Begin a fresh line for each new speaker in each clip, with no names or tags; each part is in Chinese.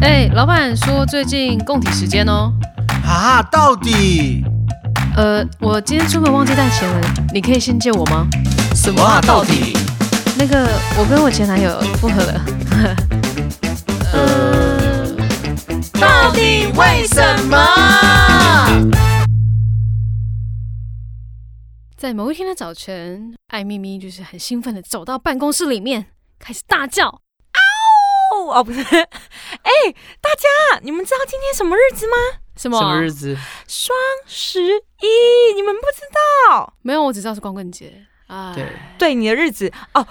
哎、老板说最近供体时间哦。
啊，到底
呃，我今天出门忘记带钱了，你可以先借我吗？
什么啊？到底？
那个，我跟我前男友复合了。呃，
到底为什么？
在某一天的早晨，艾咪咪就是很兴奋的走到办公室里面，开始大叫。
哦 哦，不是，哎、大家，你们知道今天什么日子吗？
什
什
么？
么日子？
双十一，你们不知道？
没有，我只知道是光棍节。哎，
对，
对，你的日子哦，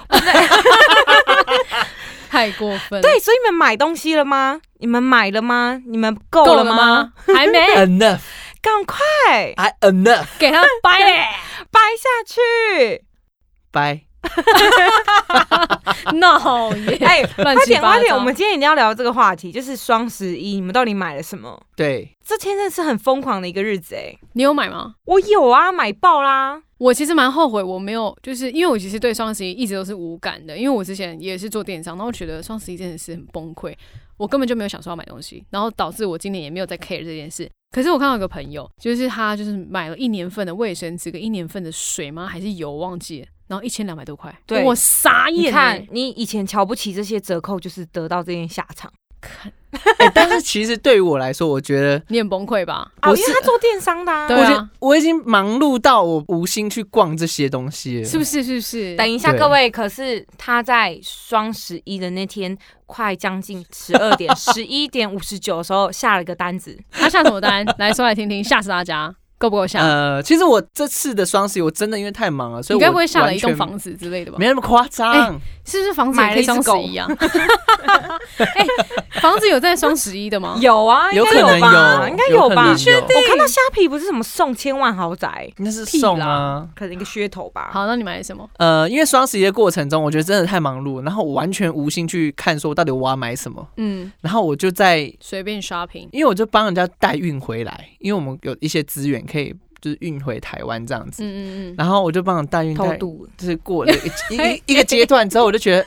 太过分。
对，，所以你们买东西了吗？你们买了吗？你们够
够
了
了吗？还没，
Enough,
赶快
I enough，
给他掰嘞。
掰下去！
拜。
闹耶！
哎、
乱
快
七
点，
八
快点！
糟
我们今天一定要聊这个话题，就是双十一，你们到底买了什么？
对，
这天真的是很疯狂的一个日子哎、
你有买吗？
我有啊，买爆啦！
我其实蛮后悔，我没有，就是因为我其实对双十一一直都是无感的，因为我之前也是做电商，然后我觉得双十一真的是很崩溃，我根本就没有想说要买东西，然后导致我今年也没有在 care 这件事。可是我看到有个朋友，就是他就是买了一年份的卫生纸跟一年份的水吗？还是油忘记了，然后一千两百多块，
对
我傻眼、
你
欸，
看，你以前瞧不起这些折扣，就是得到这件下场
看
哎但是其实对于我来说，我觉得。
你很崩溃吧？
啊，
我
因为
是
他做电商的、啊。
对
我觉
啊
得我已经忙碌到我无心去逛这些东西了，
是不是？是不是？
等一下，
对
各位，可是他在双十一的那天，快将近十二 点、十一点五十九的时候下了一个单子，
他下什么单？来说来听听，吓死大家，够不够吓？
呃，其实我这次的双十一我真的因为太忙了，所以
你
我
该不会下了
完
一栋
全
房子之类的吧？
没那么夸张。
是不是房子也可以双十一 啊？哎、房子有在双十一的吗？
有啊，应
有
该
可能
吧，应该
有可
吧
能。有
我看到虾皮不是什么送千万豪宅，
那是
屁
送
啦
啊，
可能一个噱头吧。
好，那你买了什么？
呃，因为双十一的过程中，我觉得真的太忙碌，然后我完全无心去看说到底我要买什么，
嗯，
然后我就在，
随便 shopping。
因为我就帮人家代运回来，因为我们有一些资源可以就是运回台湾这样子，
嗯嗯嗯，
然后我就帮人代运
偷
代，
渡，
就是过了一一一 一个阶段之后，我就觉得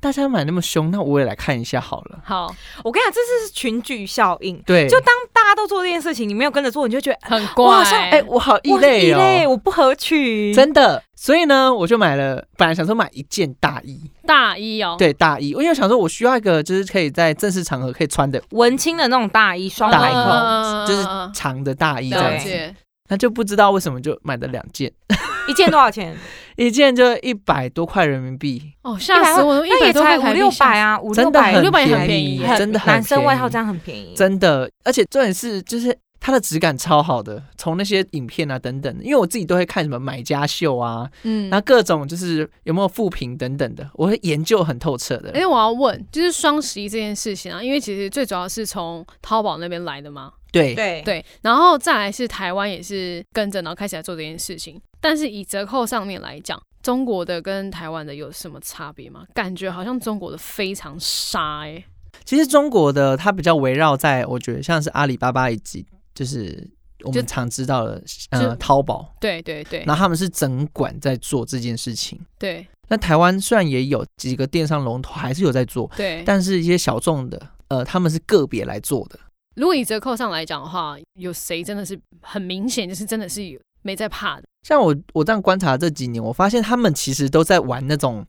大家买那么凶，那我也来看一下好了。
好，
我跟你讲，这是群聚效应。
对，
就当大家都做这件事情，你没有跟着做，你就觉得
很
我
怪
好。像
哎、我好异
我是
类
异
哦、
类，我不合群。
真的，所以呢，我就买了，本来想说买一件大衣，
大一哦，，
对大衣，因为我想说我需要一个就是可以在正式场合可以穿的
文青的那种大衣，双
大
排
衣
扣，
嗯
就是长的大衣这
了
样子，
解。
那就不知道为什么就买了两件，
一件多少钱？
一件就一百多块人民币，
哦，吓死我了！一
那
百
也
多块
才五
台币
六百，啊，五六
真的
百，
很
600也很
便
便宜耶
真的很
男生外套这
样，
样很便宜。
真的，而且重点是就是。它的质感超好的，从那些影片啊等等的，因为我自己都会看什么买家秀啊，
嗯
然后各种就是有没有复评等等的，我会研究很透彻的
哎、。我要问，就是双十一这件事情啊，因为其实最主要是从淘宝那边来的嘛，
对，
对，
对，然后再来是台湾也是跟着，然后开始来做这件事情。但是以折扣上面来讲，中国的跟台湾的有什么差别吗？感觉好像中国的非常杀哎、
其实中国的它比较围绕在，我觉得像是阿里巴巴以及就是我
就
们常知道的
就
呃淘宝，
对对对
然后他们是整管在做这件事情。
对
那台湾虽然也有几个电商龙头还是有在做，
对。
但是一些小众的，呃，他们是个别来做的。
如果以折扣上来讲的话，有谁真的是很明显，就是真的是有没在怕的？
像我我这样观察这几年，我发现他们其实都在玩那种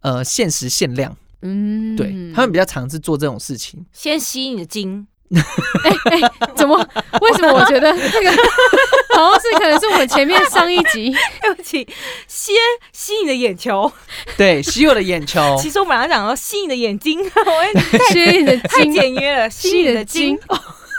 呃限时限量，
嗯，
对、他们比较尝试做这种事情。
先吸你的精，
哎哎、怎么？为什么我觉得这个 好像是可能是我们前面上一 集
对不起，先哎吸你的眼球。
哦对，吸我的眼球。
其实我本来想说吸你的眼睛， 我也太
薛你的
太
经
简 约了，吸
吸
你
你
的
的
精
精。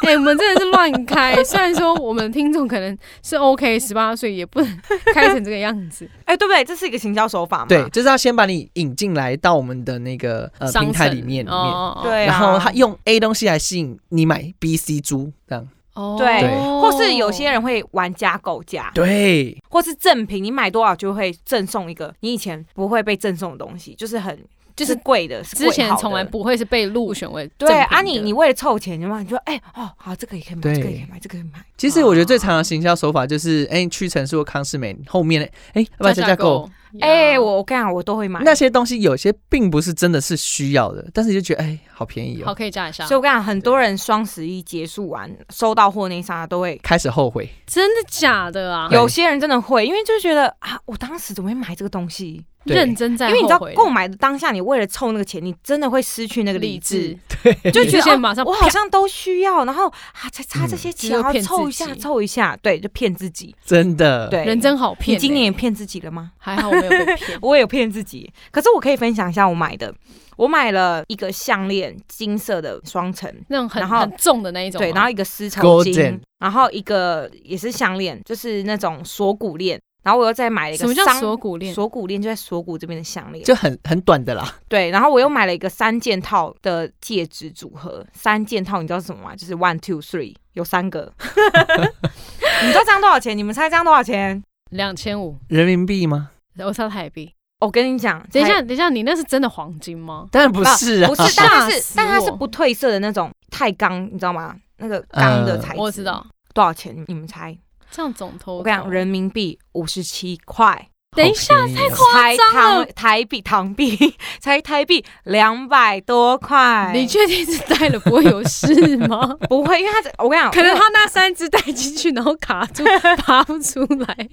哎、我们真的是乱开， 虽然说我们听众可能是 OK 十八岁，也不能开成这个样子。
哎，对不对？这是一个行销手法嘛？
对，就是要先把你引进来到我们的那个 呃
商
平台
城
里面里面，
哦、
对啊，
然后他用 A 东西来吸引你买 B、C 猪这样。
哦
对
对
或是有些人会玩加购价，
对，
或是赠品，你买多少就会赠送一个你以前不会被赠送的东西，就是很
就是
贵的，是
之
贵
前
好的
从来不会是被入选为
对
正品
啊
的
你，你为了凑钱，你嘛你就哎、哦好，这个也可以买，
对
这个也可以买，这个也可以买。
其实我觉得最常的行销手法就是，哎、屈臣氏或康士美后面，哎、要不要加价购？？
哎、我我跟你讲，我都会买。
那些东西有些并不是真的是需要的，但是你就觉得哎、好便宜
好
哦，
可以加一下
所以，我跟你讲，很多人双十一结束完收到货那一刹那都会，
开始后悔。
真的假的啊？
有些人真的会，因为就觉得啊，我当时怎么会买这个东西？
对
认真在
因
后悔
为你
的，
知道，购买的当下，你为了凑那个钱，你真的会失去那个理
理
智
智，，
就觉
之
得、
前
啊、
马上
我好像都需要，然后啊，才差这些
嗯
钱，然后
就骗自己
凑一下，凑一下，对，就骗自己。
真的，
对，
人真好骗
你
欸。
今年也骗自己了吗？，
还好我没有被骗
我也有骗自己，可是我可以分享一下我买的。我买了一个项链，金色的双层，
那种很
然后
很重的那一种吗，
对，然后一个丝绸
Golden
巾，然后一个也是项链，就是那种锁骨链，然后我又再买了一个
什么叫
商
锁骨链？
锁骨链就在锁骨这边的项链，
就很很短的啦。
对，然后我又买了一个三件套的戒指组合，三件套你知道是什么吗？就是 one two three，有三个。 你知道这样多少钱？你们猜这样多少钱？
两千五，
人民币吗？
我猜台币。
我跟你讲，
等一
猜
下，等一下，你那是真的黄金吗？
当然不是啊，
不是，但
吓
是
死
但它是
我
不褪色的那种钛钢，你知道吗？那个钢的
呃
材质、
我知道，
多少钱？你们猜？
这样总头
我跟你讲，人民币五十七块，
等一下
好便宜哦，
才
张
台
了
台币糖币才台币两百多块。
你确定是戴了不会有事 吗？
不会，因为它这我跟你讲，
可能
我
他那三只带进去，然后卡 住，拔不出来。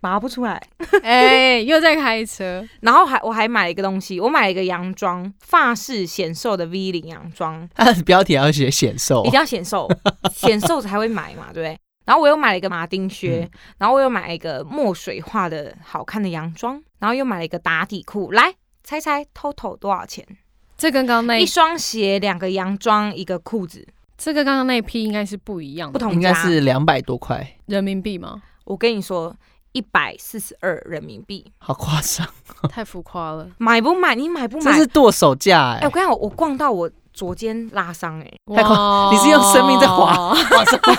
拔不出来。
哎、又在开车，
然后还我还买了一个东西，我买了一个洋装，发饰显瘦的 V 领洋装，
它的标题还要写显瘦啊
一定要显瘦， 显瘦才会买嘛，对不对？然后我又买了一个马丁靴，然后我又买了一个墨水画的好看的洋装，然后又买了一个打底裤。来猜猜 total 多少钱？
这跟刚刚那
一
哎
一，
双鞋、两个洋装、一个裤子，
这跟刚刚那一批应该是不一样
不
的，
同
应
家。
该是两百多块，
人民币吗？
我跟你说，一百四十二人民币，
好夸张，
太浮夸了，
买不买？你买不
这
买
是？剁手价
哎、
哎
我。跟你讲，我逛到我左肩拉伤、哎，
太夸
哇
你是用生命在划，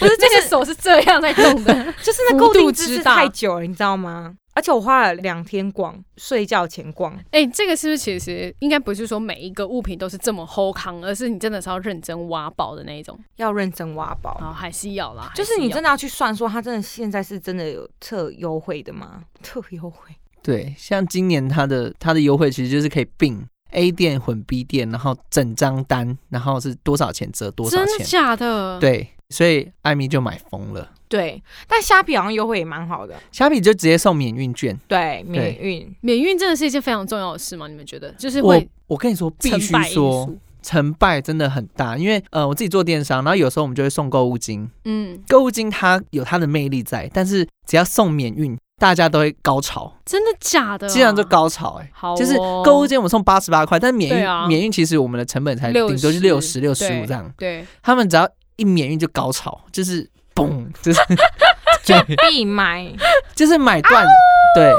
不是这个手是这样在动的，
就是那
幅
固定
度
姿
之
势
大
太久了，你知道吗？而且我花了两天逛，睡觉前逛。
哎、这个是不是其实应该不是说每一个物品都是这么齁康，而是你真的是要认真挖宝的那一种，
要认真挖宝。
好哦还是要啦，
啊就是你真
的
的要去算说，它真的现在是真的有特优惠的吗？ 特优惠，
对，像今年它的它的优惠其实就是可以并 A 店混 B 店，然后整张单，然后是多少钱折多少
真的
钱，
假的？，
对，所以艾米就买疯了。
对。但虾皮好像优惠也蛮好的，
虾米就直接送免运券，
对，免运。
免运真的是一件非常重要的事吗？你们觉得？就是
我
会
我跟你说，必
成
须
败因
说
素，
成败真的很大，因为呃，我自己做电商，然后有时候我们就会送购物金，
嗯，
购物金它有它的魅力在，但是只要送免运，大家都会高潮，
真的假的、啊？
基本上就高潮哎、
好哦、
就是购物金我们送八十八块，但是免
对
运、
啊
免运其实我们的成本才顶多是六十
60
六十五
对
这样，
对，
他们只要一免运就高潮，就是嘣，就是
必买。
就是买断，对，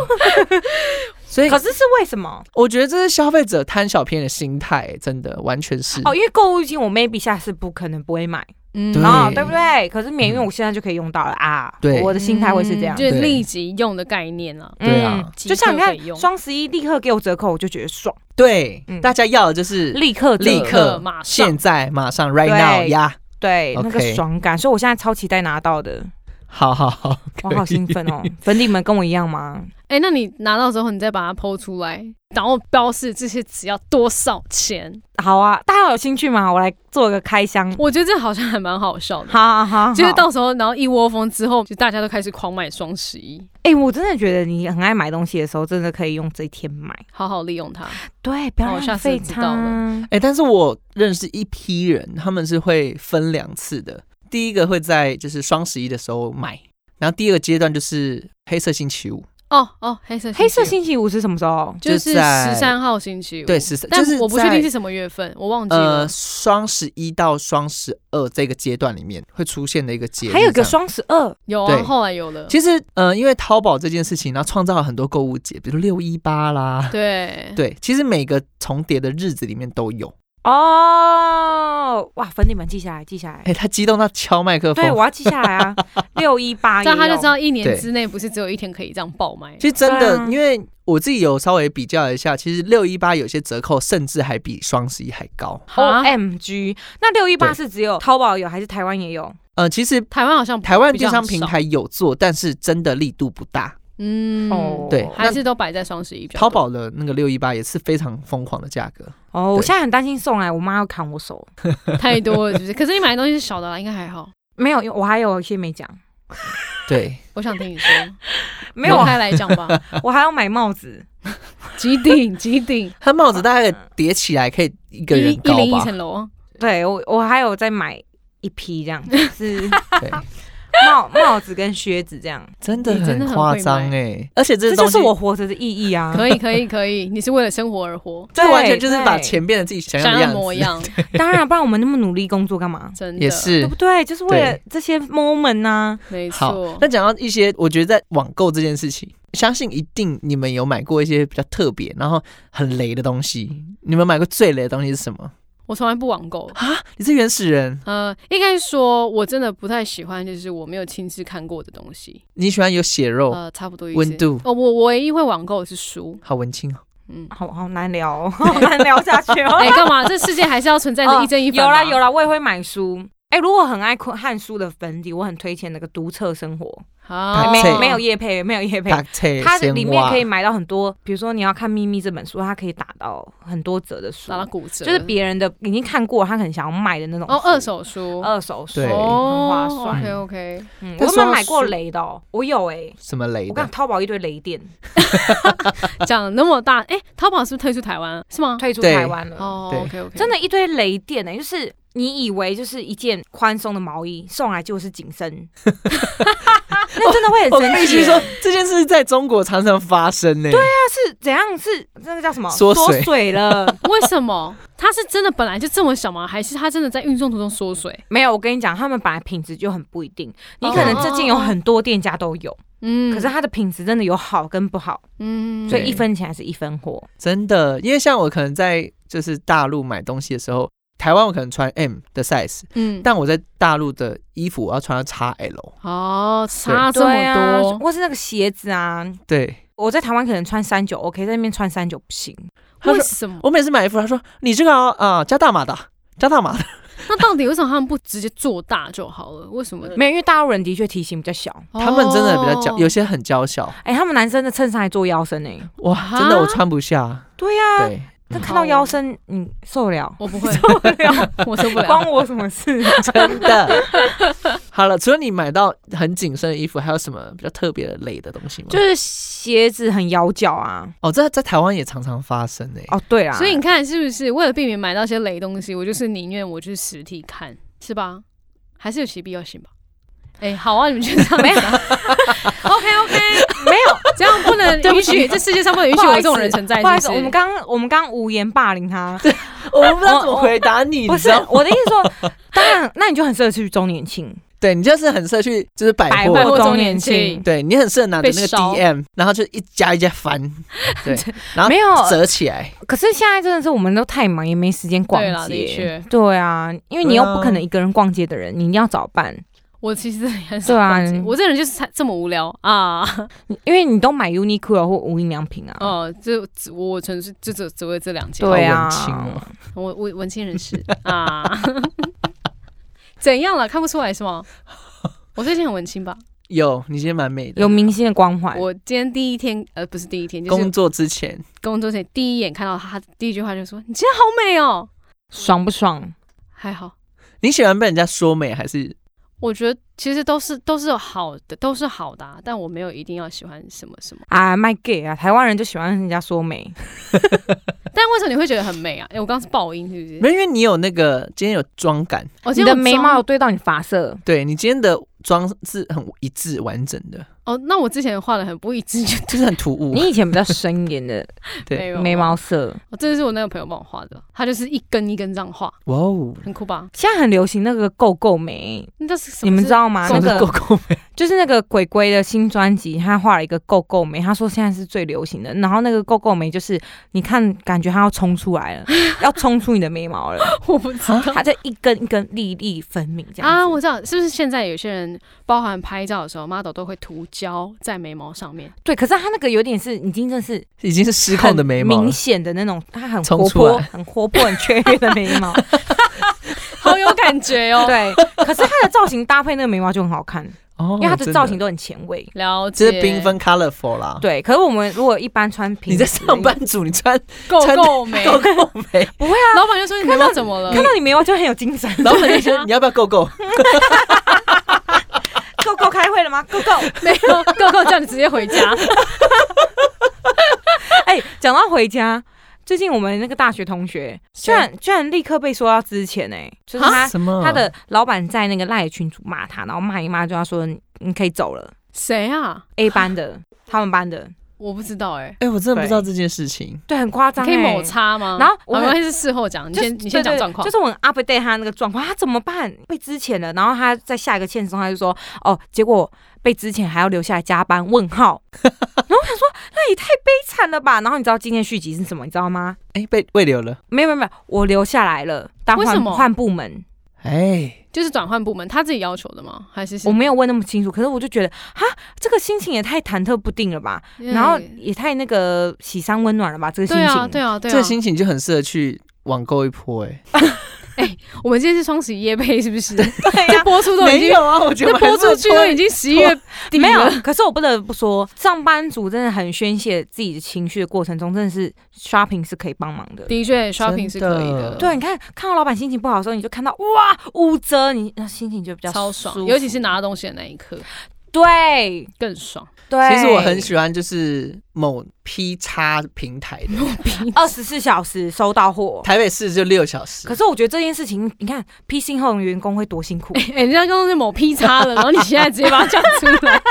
所以
可是是为什么？
我觉得这是消费者贪小便宜的心态、真的完全是
哦，因为购物金我 maybe 下次不可能不会买，
嗯
对
哦，对不对？可是免运我现在就可以用到了啊。
嗯对
我的心态会是这样
嗯。就是
对
立即用的概念啊。
对啊
嗯就像你
即刻可以
看
用
双十一立刻给我折扣，我就觉得爽，
对、
嗯
大家要的就是
立刻折
立刻
刻马上
现在马上 right
对
now 呀、
对那个
OK
爽感，所以我现在超期待拿到的。
好好好，
我
可
好
以
兴奋哦！粉底们跟我一样吗？
哎、那你拿到之后，你再把它剖出来，然后标示这些只要多少钱，
好啊，大家有兴趣吗？我来做个开箱。
我觉得这好像还蛮好笑的。
好好好，
就是
好
到时候，然后一窝蜂之后，就大家都开始狂买双十一，
哎、我真的觉得你很爱买东西的时候，真的可以用这一天买。
好好利用它。
对，不
好
要
我哦
浪
下次
费
知道了
它。
哎、但是我认识一批人，他们是会分两次的。第一个会在就是双十一的时候买，然后第二个阶段就是黑色星期五，
哦哦，黑色
黑色
期
星期五是什么时候？
五就是
就在
十三号星期五，
对，十三，
但
就是
我不确定
在
是什么月份，我忘记了
呃。双十一到双十二这个阶段里面会出现的一个节日。
还有一个
这样，
双十二，
有
对
啊，后来有了。
其实呃，因为淘宝这件事情，然后创造了很多购物节，比如六一八啦，
对，
对，其实每个重叠的日子里面都有。
哦，哇，粉底们记下来，记下来。
哎、他激动到敲麦克
对，
风。
我要记下来 啊。六一八，
这样他就知。道一年
对
之内不是只有一天可以这样爆买。
其实真的，
对啊
因为我自己有稍微比较一下，其实六一八有些折扣甚至还比双十一还高。
好
O，M 哦 G，那六一八
对
是只有淘宝有还是台湾也有？
呃，其实
台湾好像
台湾
比
电
较
商平台有做，但是真的力度不大。
嗯，
哦，
对
还是都摆在双十一比较
淘
多。
宝的那个六一八也是非常疯狂的 价格，
哦，我
对
现在很担心送来，我妈要砍我手。
太多了，是不是？可是你买的东西是小的啦，应该还好。
没有，因为我还有一些没讲，
对，
我想听你 说，
没有，
分
啊，
开来讲吧。
我还要买帽子，
几顶几顶，
它帽子大概叠起来可以一个
一
人
一
高
零一
吧，
层楼，
对我我还有再买一 批这样，是
对，
帽帽子跟靴子这样，
真的
你真的
很
很
夸
会
张
买
哎，而且这
这
些
就
东西
是我活着的意义啊！
可以可以可以，你是为了生活而 活，
这完全就是
对
把
对
钱 变成自己想要
想
的
要
样
模
子，
样，
当然，不然我们那么努力工作干嘛？
真的
也，是
对不对？就是为了这些 moment 啊呐、，
没
好
错，
那。讲到一些，我觉得在网购这件事情，相信一定你们有买过一些比较特别，然后很雷的东西。你们买过最雷的东西是什么？
我从来不网购，
你是原始人，
呃，应该说我真的不太喜欢，就是我没有亲自看过的东西，
你喜欢有血肉，
呃，差不多意思。
哦温度
哦，我我唯一会网购的是书，
好文青哦。
嗯
好好难聊、哦， 好难聊下去哦。
哎、干嘛？这世界还是要存在着一正一反、
有啦有
啦，
啦，我也会买书。哎、如果很爱看看书的粉底，我很推荐那个《读册生活》
好，
没
没有叶配，没有叶配，
大菜
它
鲜
里面
花
可以买到很多，比如说你要看《秘密》这本书，它可以打到很多折的书
打，到骨折，
就是别人的已经看过，他很想要卖的那种
哦
书
二手书，
二手书，
对
呃很划
哦
算。
，OK OK，
嗯，我
但
有没
说
有
到
买过
书
雷的哦？我有哎、
什么雷
我看
的？
淘宝一堆雷店
讲那么大，哎、淘宝是不是退出台湾是吗？
退出
对
台湾了，
哦
对
，OK OK，
真的，一堆雷店呢、就是你以为就是一件宽松的毛衣，送来就是紧身，那真的会
我
很生
必
气、欸
须说，这件事在中国常常发生呢、对啊，
那是怎样？是那个叫什么？
缩水
了？
为什么？它是真的本来就这么小吗？还是它真的在运送途中缩水？
没有，我跟你讲，他们本来品质就很不一定，你可能
哦
这件有很多店家都有，
嗯
可是它的品质真的有好跟不好，
嗯
所以
对
一分钱还是一分货。
真的，因为像我可能在就是大陆买东西的时候，台湾我可能穿 M 的 size，
嗯，
但我在大陆的衣服我要穿到 XL，
哦，差这
对
么
啊，
多，
或是那个鞋子啊，
对。
我在台湾可能穿三九 OK，在那边穿三九不行。
他
为
说
什么？
我每次买衣服，他说你这个啊、啊加大码的，加大码的，
那到底为什么他们不直接做大就好了？为什么？
没有，因为大陆人的确体型比较小，
呃他们真的比较娇，
哦
有些很娇小，
哎、他们男生的衬衫还做腰身呢、欸
哇，真的我穿不下。
对啊呀、
对，
啊
啊
那看到腰身，你受得了？
我不会，
受得了，
我受不 了
关。我什么事？
真的。 好了，除了你买到很紧身的衣服，还有什么比较特别的类的东西吗？
就是鞋子很咬脚啊。
哦，这在台湾也常常发生欸诶、
哦，对啦，
所以你看，是不是为了避免买到一些雷东西，我就是宁愿我去实体看，是吧？还是有其必要性吧？哎、好啊，你们就这样没有？OK OK，
没有
这样不能
对不
允
起
许，这世界上不能允许
不
我
好意
这
思
种人存在。
不好意思，
是
我
是
们刚刚我们刚刚无言霸凌他，
我不知道怎么回答你，
哦不
你
是
知道吗？
我的意思说，当然，那你就很适合去周年庆，
对你就是很适合去，就是百
百
货。
货周
周
年
年
庆
庆。
对你很适合拿着那
被
个
烧
DM，然后就一家一家翻，对，然后
没有
折起来，
可是现在真的是我们都太忙，也没时间逛
对啦的
街
确。
对啊，因为你
对
又
啊
不可能一个人逛街的人，你一定要找伴。
我其实很少
对啊
逛街，我这个人就是才这么无聊啊！
你因为你都买 Uniqlo 或无印良品啊。
哦，就只我纯粹就只只会这两件，
对
好
啊
文青哦，
我我文青人士啊， 怎样了？看不出来是 吗？我最近很文青吧？
有你今天蛮美的。
有明星的光环，
我今天第一天，呃，不是第一天，就是
工作之前，
工作前第一眼看到他，他第一句话就说：“你今天好美哦。
爽不爽？”
还好，
你喜欢被人家说美还是？
我觉得其实都是都是有好的，都是好的啊、但我没有一定要喜欢什么什么。
啊，卖 gay 啊，台湾人就喜欢人家说美，
但为什么你会觉得很美啊？哎、我刚刚是爆音是不是？哦
没有，因为你有那个今天有妆感，
我
你
今天
的
有
眉
妆
毛有对到你 发色，
对你今天的妆是很一致完整的，
哦，那我之前画的很不一致，就
就是很突兀。
你以前比较深一点的
对，
有
眉毛色，
哦，这是我那个朋友帮我画的，他就是一根一根这样画，
哇哦，
很酷吧？
现在很流行那个够够眉，
那是什么？
你们知？道吗？
什
那
么是狗
个
狗美？
就是那个鬼鬼的新专辑，他画了一个够够眉，他说现在是最流行的，然后那个够够眉就是你看感觉他要冲出 来了，要冲出你的眉毛了，
我不知道
他在一根一根粒粒分明这样
啊，
啊，
我知道，是不是现在有些人包含拍照的时候，model 都会涂胶在眉毛上面？
对，可是他那个有点是已经真的是
已经是失控的眉毛
很
了
明，显的那种，他很
冲
活
出来
泼、很活泼、很雀跃的眉 毛。
好有感觉哦！
对，可是他的造型搭配那个眉毛就很好看。
哦，
因为它的造型
都
都很前卫。
了
只
解，
是缤纷 colorful 啦。
对，可是我们如果一般穿平，
你在上班族，你穿
够
真的
够 美。
够够没？
不会啊？
老板就说你眉毛怎
呃
么了？
看到你眉毛就很有精神。
老板就 说你要不要够够？
够够开会了吗？够够。
没有，够够叫你直接回家。
哎，讲到回家，最近我们那个大学同学，居然居然立刻被说要之前哎、就是他
什么？
他的老板在那个赖群主骂他，然后骂一骂就要说你你可以走了
谁啊？
，A 班的，他们班的，
我不知道哎、
哎，我真的不知道这件事情。
对，很夸
你
张、
可以
哎
某擦吗？
然后我
我
很
们是事后讲，你
就是
先你先讲
对对
状况
就。是我很 update 他那个状况，他怎么办？被之前了，然后他在下一个线中他就说，哦，结果被之前还要留下来加班？问号。然后我想说，那也太悲惨了吧。然后你知道今天续集是什么？你知道吗？
哎，被喂流了。
没有没有没有，我留下来了，但
为什
换
么
换部门，
哎，
就是转换部门，他自己要求的吗？还是是
我没有问那么清楚，可是我就觉得，哈，这个心情也太忐忑不定了吧，
嗯
然后也太那个喜伤温暖了吧，这个心
对
情。
啊对啊对
这个
啊！
心情就很适合去网购一波哎。
我们今天是双十一夜配是不是？这
对啊
播出都已
没
经
有啊，我觉
这
得我还
播
是
出
会
去
脱
都已经十一月底
没有
了，
可是我不得不说，上班族真的很宣泄自己的情绪的过程中，真的是 shopping 是可以帮忙的。
的确 shopping 是可以
真的
的，
对，你看看到老板心情不好的时候，你就看到哇五折，你那心情就比较
超爽
舒，服
尤其是拿到东西的那一刻
对
更爽。
对。
其实我很喜欢就是某 P 叉平台的，
二十四小时收到货，
台北市就六小时。
可是我觉得这件事情，你看 P 信后的员工会多辛苦，
哎，人家刚刚是某 P 叉 了，然后你现在直接把它讲出来，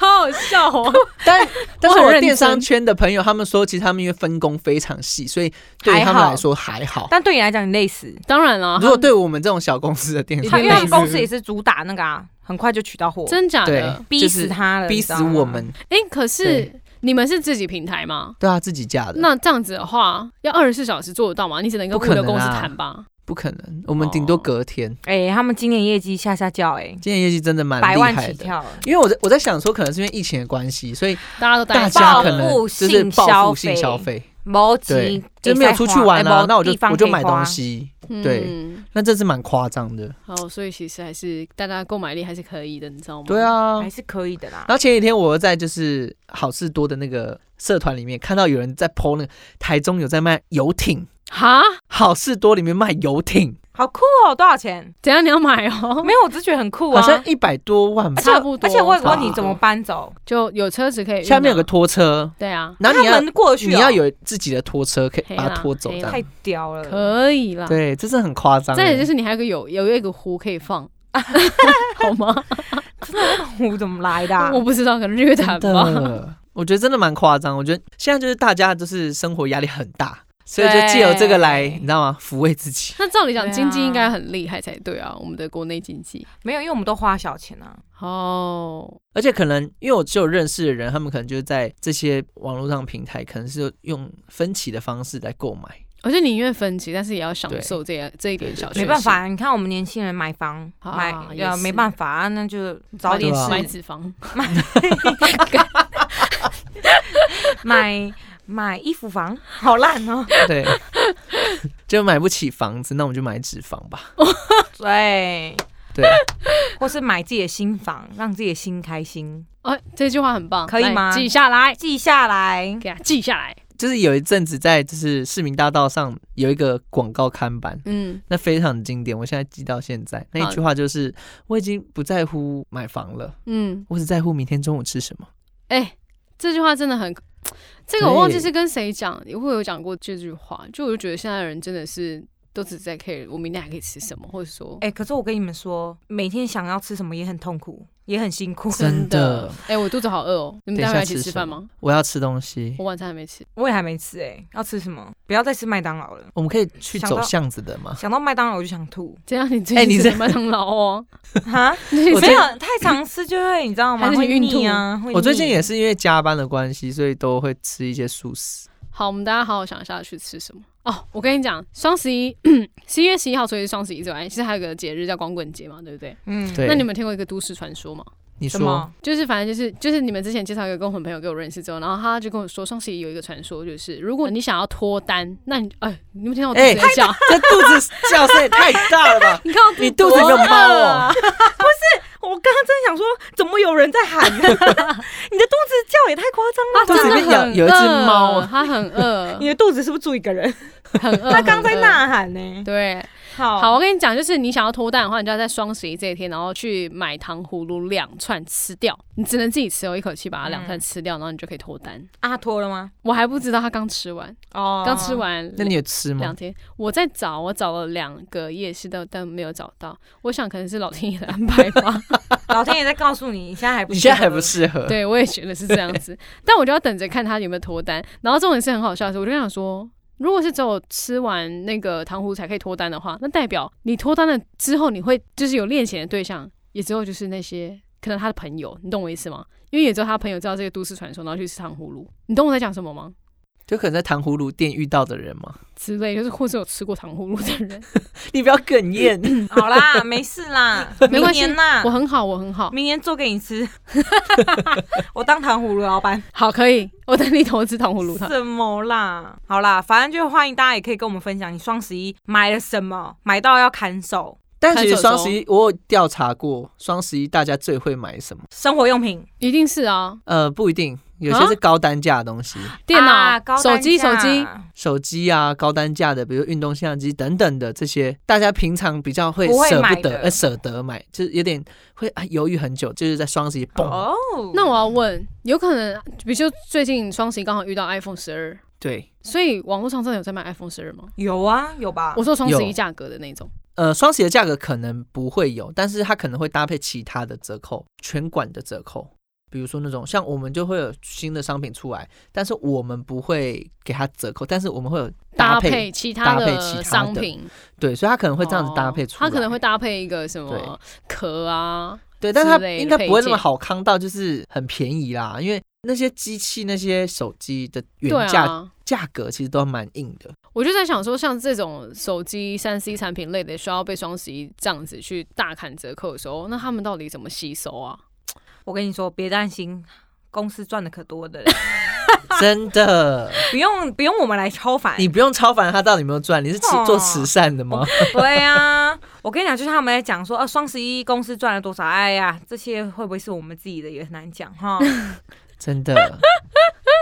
好好笑哦！
但但是
我很
我
认
电商
真
圈的朋友，他们说其实他们因为分工非常细，所以对于
还
他们
好
来说还好。
但对你来讲你累死。
当然了，
如果对我们这种小公司的电
一
他
商，
定
因为他
累
们
死
公司也是主打那个啊，很快就取到货，
真假
对
的，
逼
就是
死他了，
逼
你
死
知道吗
我。们，
哎，可是
对
你们是自己平台吗？
对啊，自己架的，
那这样子的话，要二十四小时做得到吗？你只能跟
不
物
可能
流公司
啊
谈吧。
不可能，我们顶多隔天。
哎、他们今年业绩下下叫哎、
今年业绩真的蛮
百
厉
万
害
起
的。
跳了。
因为我在我在想说，可能是因为疫情的关系，所以
大家都
大
担心
家
了
可能
报复
就
性
是报复性
消
消
费
费，
某
对
集，
就是没有出去玩啊，那我就我就买东。
哎
西，
嗯
对那这是蛮夸张的。
好，所以其实还是大家购买力还是可以的，你知道吗？
对
某地方可以花
啊
还，是可以的啦
然。后前几天我在就是好事多的那个社团里面看到有人在 PO 那个台中有在卖游艇，
哈，
好事多里面卖游艇，
好酷哦，多少钱？
等一下你要买哦，
没有，我只是觉得很酷
好
啊。
像一百多万吧
而。且
差不多
而且我有个
差
问
不
题，
多
怎么搬走？
就有车子可以运啊。
下面有个拖车，
对啊，
然后
他
你要
们过得去、哦，
你要有自己的拖车，可以把它拖走
黑
这
啦
太
样。
屌了。
可以啦。
对，这是很夸张欸。
再也就是你还有个有有一个湖可以 放，好吗？
我怎么来的、 啊？
我不知道，可能日月潭
欸真
吧。
的，我觉得真的蛮夸张。我觉得现在就是大家就是生活压力很大，所以就
对
借由这个来，你知道吗？抚慰自己。
那照理讲，
对啊
经济应该很厉害才对啊，我们的国内经济。
没有，因为我们都花小钱啊。
哦，
而且可能因为我只有认识的人，他们可能就是在这些网络上平台，可能是用分期的方式来购 买。
我觉得你宁愿分期，但是也要享
对
受这样这一点小确
没
幸。
办法，啊你看我们年轻人买房，
啊
买
也
呃
是
没办法啊，那就早点
对啊
试
买脂 肪，
买买衣服房，好烂哦。
对， 就买不起房子，那我们就买脂肪吧。
对，
对，
或是买自己的新房，让自己的心开心，
哦，这句话很棒，
可以
来
吗
记下来，
记下来。
给它记下来。
就是有一阵子在就是市民大道上有一个广告看板，
嗯，
那非常经典，我现在记到现在。那一句话就是：我已经不在乎买房了，
嗯，
我只在乎明天中午吃什么。
哎、这句话真的很，这个
对
我忘记是跟谁讲，也会有讲过这句话。就我就觉得现在的人真的是都只在 care 我明天还可以吃什么，或者说，
哎、可是我跟你们说，每天想要吃什么也很痛苦，也很辛苦。
真的，
哎、我肚子好饿哦，你们
等一
待
下
会要一起
吃
吃
什
饭
么
吗？
我要吃东西，
我晚餐还没吃，
我也还没吃哎、要吃什么？不要再吃麦当劳了。
我们可以去
想
走
到
巷子的吗？
想到麦当劳我就想吐，
这样你
哎
最
你
近
这
吃麦当劳 哦，
哈，
你最近
没有太常吃就会，你知道吗？
还是
会
你孕
腻啊，会
我最近
腻
也是因为加班的关系，所以都会吃一些素食。
好，我们大家好好想一下去吃什么哦。我跟你讲，双十一十一月十一号除了是双十一之外，其实还有个节日叫光棍节嘛，对不对？
嗯，
对，
那你们听过一个都市传说吗？
你
什
说
么？
就是反正就是就是你们之前介绍一个共同朋友给我认识之后，然后他就跟我说，双十一有一个传说，就是如果你想要脱单，那你哎，你们听到我肚
哎
子在叫，
这肚子叫声也太大
！
了吧
你看我
你肚子有没有
多饿
猫 哦？
我刚刚真想说，怎么有人在喊、 啊？你的肚子叫也太夸张了吧，
他
肚子里面有有一只猫
它很饿，
你的肚子是不是住一个人？
很 饿。
他刚在
很饿。
呐喊呢、
对，嗯
好啊
好，我跟你讲，就是你想要脱单的话，你就要在双十一这一天，然后去买糖葫芦两串吃掉，你只能自己吃哦，一口气把它两串吃掉，然后你就可以脱单。
阿托了吗？
我还不知道他刚吃完，
哦
刚吃。完
那你有吃吗
两？天，我在找，我找了两个夜市的，但没有找到。我想可能是老天爷的安排吧，
老天爷在告诉你，你现在还不
你现在还
适合
不适合。
对我也觉得是这样子。但我就要等着看他有没有脱单。然后重点是很好笑的是，我就想说，如果是只有吃完那个糖葫芦才可以脱单的话，那代表你脱单了之后，你会就是有恋情的对象，也只有就是那些可能他的朋友，你懂我意思吗？因为也只有他朋友知道这个都市传说，然后去吃糖葫芦。你懂我在讲什么吗？
就可能在糖葫芦店遇到的人嘛。
之类，就是或是有吃过糖葫芦的 人，
你不要哽咽，
好啦， 没事啦，
没
明
关系
年啦
我，很好，我很好。
明年做给你吃。 我当糖葫芦老板，
好，可以，我等你投资糖葫芦汤。
什么啦？好啦，反正就欢迎大家也可以跟我们分享你双十一买了什么，买到要砍手，
但其实双十一我有调查过，双十一大家最会买什么？
生活用品。
一定是啊，
呃，不一定，有些是高单价的东西，
电脑、
啊高单
手机、手
价
机，
手机啊，高单价的，比如运动相机等等的这些，大家平常比较会舍
不会
不
买
得，
的
呃，舍得买，就是有点会啊犹豫很久，就是在双十一蹦，
哦。
那我要问，有可能，比如说最近双十一刚好遇到 iPhone 十二，
对，
所以网络上真的有在卖 iPhone 十二吗？
有啊，有吧？
我说双十
有
一价格的那种，
呃，双十一的价格可能不会有，但是它可能会搭配其他的折扣，全馆的折扣，比如说那种像我们就会有新的商品出来，但是我们不会给它折扣，但是我们会有
搭
配，
配其他
搭配其他的
的商品哦
对，所以它可能会这样子搭配出来，
它可能会搭配一个什么
对
壳啊，
对，但它
之类的
应该不会那
配
么
件
好康到就是很便宜啦，因为那些机器、那些手机的原
对
价、
啊。
价格其实都蛮硬的，
我就在想说，像这种手机三 C 产品类的，需要被双十一这样子去大砍折扣的时候，那他们到底怎么吸收啊？
我跟你说，别担心，公司赚的可多的嘞，
真的，
不用不用我们来超凡。
你不用超凡它到底有没有赚，你是慈
哦
做慈善的吗？
对啊，我跟你讲，就是他们在讲说，呃，双十一公司赚了多少？哎呀，这些会不会是我们自己的也很难讲哈。
真的，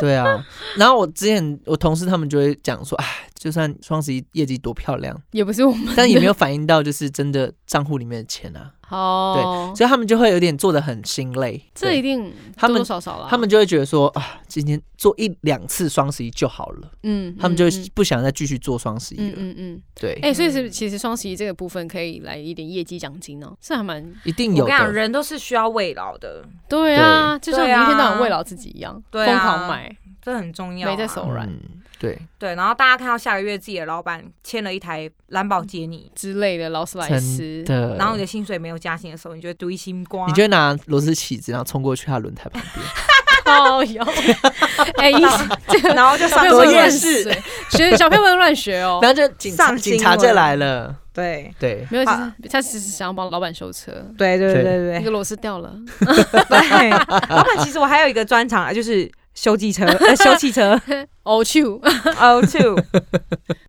对啊。然后我之前我同事他们就会讲说，哎，就算双十一业绩多 漂亮，
也不是我们
但也没有反映到就是真的账户里面的钱啊，
哦，
所以他们就会有点做的很心累。
这一定
他
多
们
多少少啦。
他们就会觉得说啊，今天做一两次双十一就好了，
嗯，
他们就
嗯
不想再继续做双十一
嗯
了。
嗯嗯，
对，
哎、所以是其实双十一这个部分可以来一点业绩奖金哦、是还蛮
一定
我
有
跟你讲，
的。
人都是需要慰劳的，
对啊，就像我们一天到晚慰劳自己一样，
对
疯、
啊
狂买，
这很重要啊、
没在手软
嗯，对，
对，然后大家看到下个月自己的老板签了一台兰博基尼，
之类的劳斯莱斯
真，的。
然后你的薪水没有加薪的时候，你就会堆心瓜。
你就会拿螺丝起子，然后冲过去他轮胎旁边。
哦 哟，哎、一
然后就
小
上
朋友
左
不能
新
夜
乱
闻
市
学，学小朋友不能乱学哦、
然后就警察
上新
警察就
闻
来了，
对
对，
没有，其
啊哎
实他只是想要帮老板修车，
对对
对
对对
那
对
个螺丝掉了，
对。老板，其实我还有一个专长啊，就是修机车， 呃，修汽车。
哦去，
哦 two。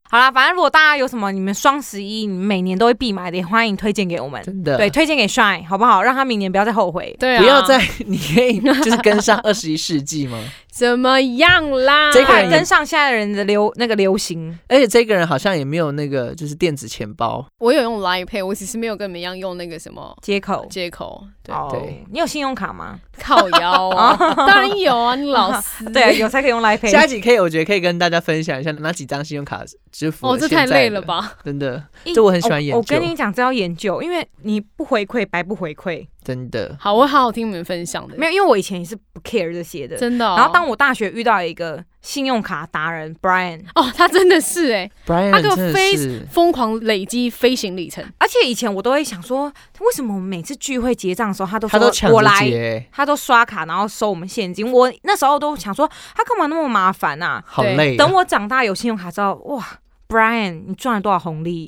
好啦，反正如果大家有什么你们双十一你每年都会必买的，也欢迎推荐给我们。
真的。
对，推荐给 Shine 好不好？让他明年不要再后悔。
对啊，
不要再，你可以就是跟上二十一世纪 吗？
怎么样啦，
这个
快
人
跟上现在的人的流那个流行，
而且这个人好像也没有那个就是电子钱包，
我有用 Line Pay，我只是没有跟你们一样用那个什么
接口。
接口，对，
哦
对，
你有信用卡吗？
靠腰啊，当然有啊，你 老师，
对，有才可以用来 p
下
a
一集可以我觉得可以跟大家分享一下哪几张信用卡支付。
哦，这太累了？吧？
真的，这我很喜欢研究
我跟你讲，这要研究，因为你不回馈白不回馈。
真的，
好，我好好听你们分享的，
没有，因为我以前也是不 care 这些的。
真的哦、
然后当我大学遇到一个信用卡达人 Brian，
哦，他真的是哎、
Brian
他给我
真的是
疯狂累积飞行里程，
而且以前我都会想说，为什么我们每次聚会结账的时候，他都
他都
说
抢
我
着
来，
结，
他都刷卡然后收我们现金。我那时候都想说，他干嘛那么麻烦啊？
好
对
累啊。
等我长大有信用卡之后，哇！Brian，你赚了多少红 利？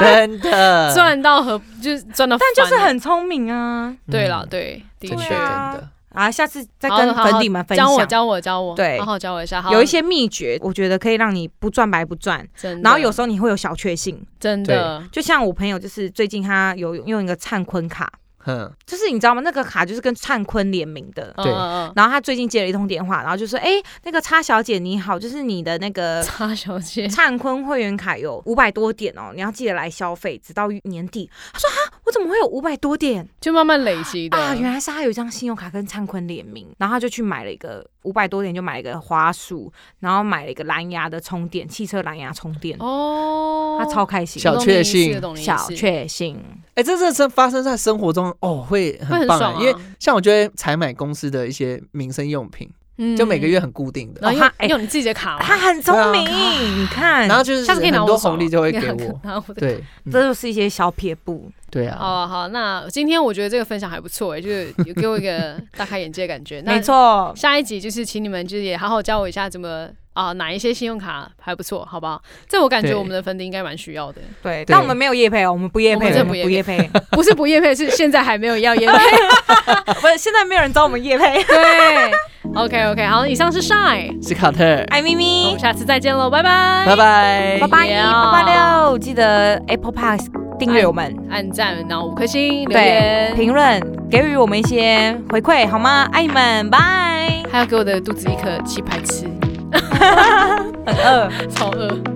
真的，
赚到和就是赚到翻
呃但
了，
就是很聪明啊
对
了
啦，，对，的
嗯真的
确
真
对啊
的，
啊！下次再
好
跟
好
粉
好
底们分享，
教我教我教我，
对
好好教我一下，好
有一些秘诀，我觉得可以让你不赚白不赚。
真的，
然后有时候你会有小确幸，
真的，
就像我朋友就是最近他有用一个灿坤卡，
哼，
就是你知道吗？那个卡就是跟灿坤联名的。
嗯
对
嗯
然后他最近接了一通电话，然后就说：“哎、那个叉小姐你好，就是你的那
嗯，
个
叉小姐，
灿坤会员卡有五百多点哦，你要记得来消费，直到年底。”他说：“啊，我怎么会有五百多点
就慢慢累积的
啊？原来是他有一张信用卡跟灿坤联名，然后他就去买了一个五百多点，就买了一个花束，然后买了一个蓝牙的充电，汽车蓝牙充电，
哦，
他超开心。”
小确幸
小确幸，
哎，这这真发生在生活中哦，会
会
很
很
棒
爽
啊，
啊，
因为像我就会采买公司的一些民生用品，
为
就每个月很固定的，
嗯然后
哦他哎
用用你自己的卡嘛，
他很聪明，
对
你看，
然后就是
嗯下次可以拿
很
我
多
手啊
红利就 会
你
给
拿
我，
拿我的
对，嗯
这就是一些小撇步。
对
好
啊，
啊好，那今天我觉得这个分享还不错哎、就是有给我一个 大开眼界的感觉。那
没错，
下一集就是请你们就是也好好教我一下怎么啊、哪一些信用卡还不错，好不好？这我感觉
对
我们的粉底应该蛮需要的，
对，
对
但我们没有叶配哦，我们不叶
我们
配，
真的
我们
不
不
业
叶配，
不是不业配，是现在还没有要业 配。
不是现在没有人找我们叶配。
对，OK OK，好，以上是 Shine，
是卡特尔，
爱咪
那我
咪
们，下次再见喽，拜拜，
拜，拜，
八八一
呀
八八六，记得 Apple Pass 订阅我们，
按赞，然后五颗星留
对，
言，
评论给予我们一些回馈好吗？爱你们，拜。
还要给我的肚子一颗鸡排吃，
很饿。
超饿。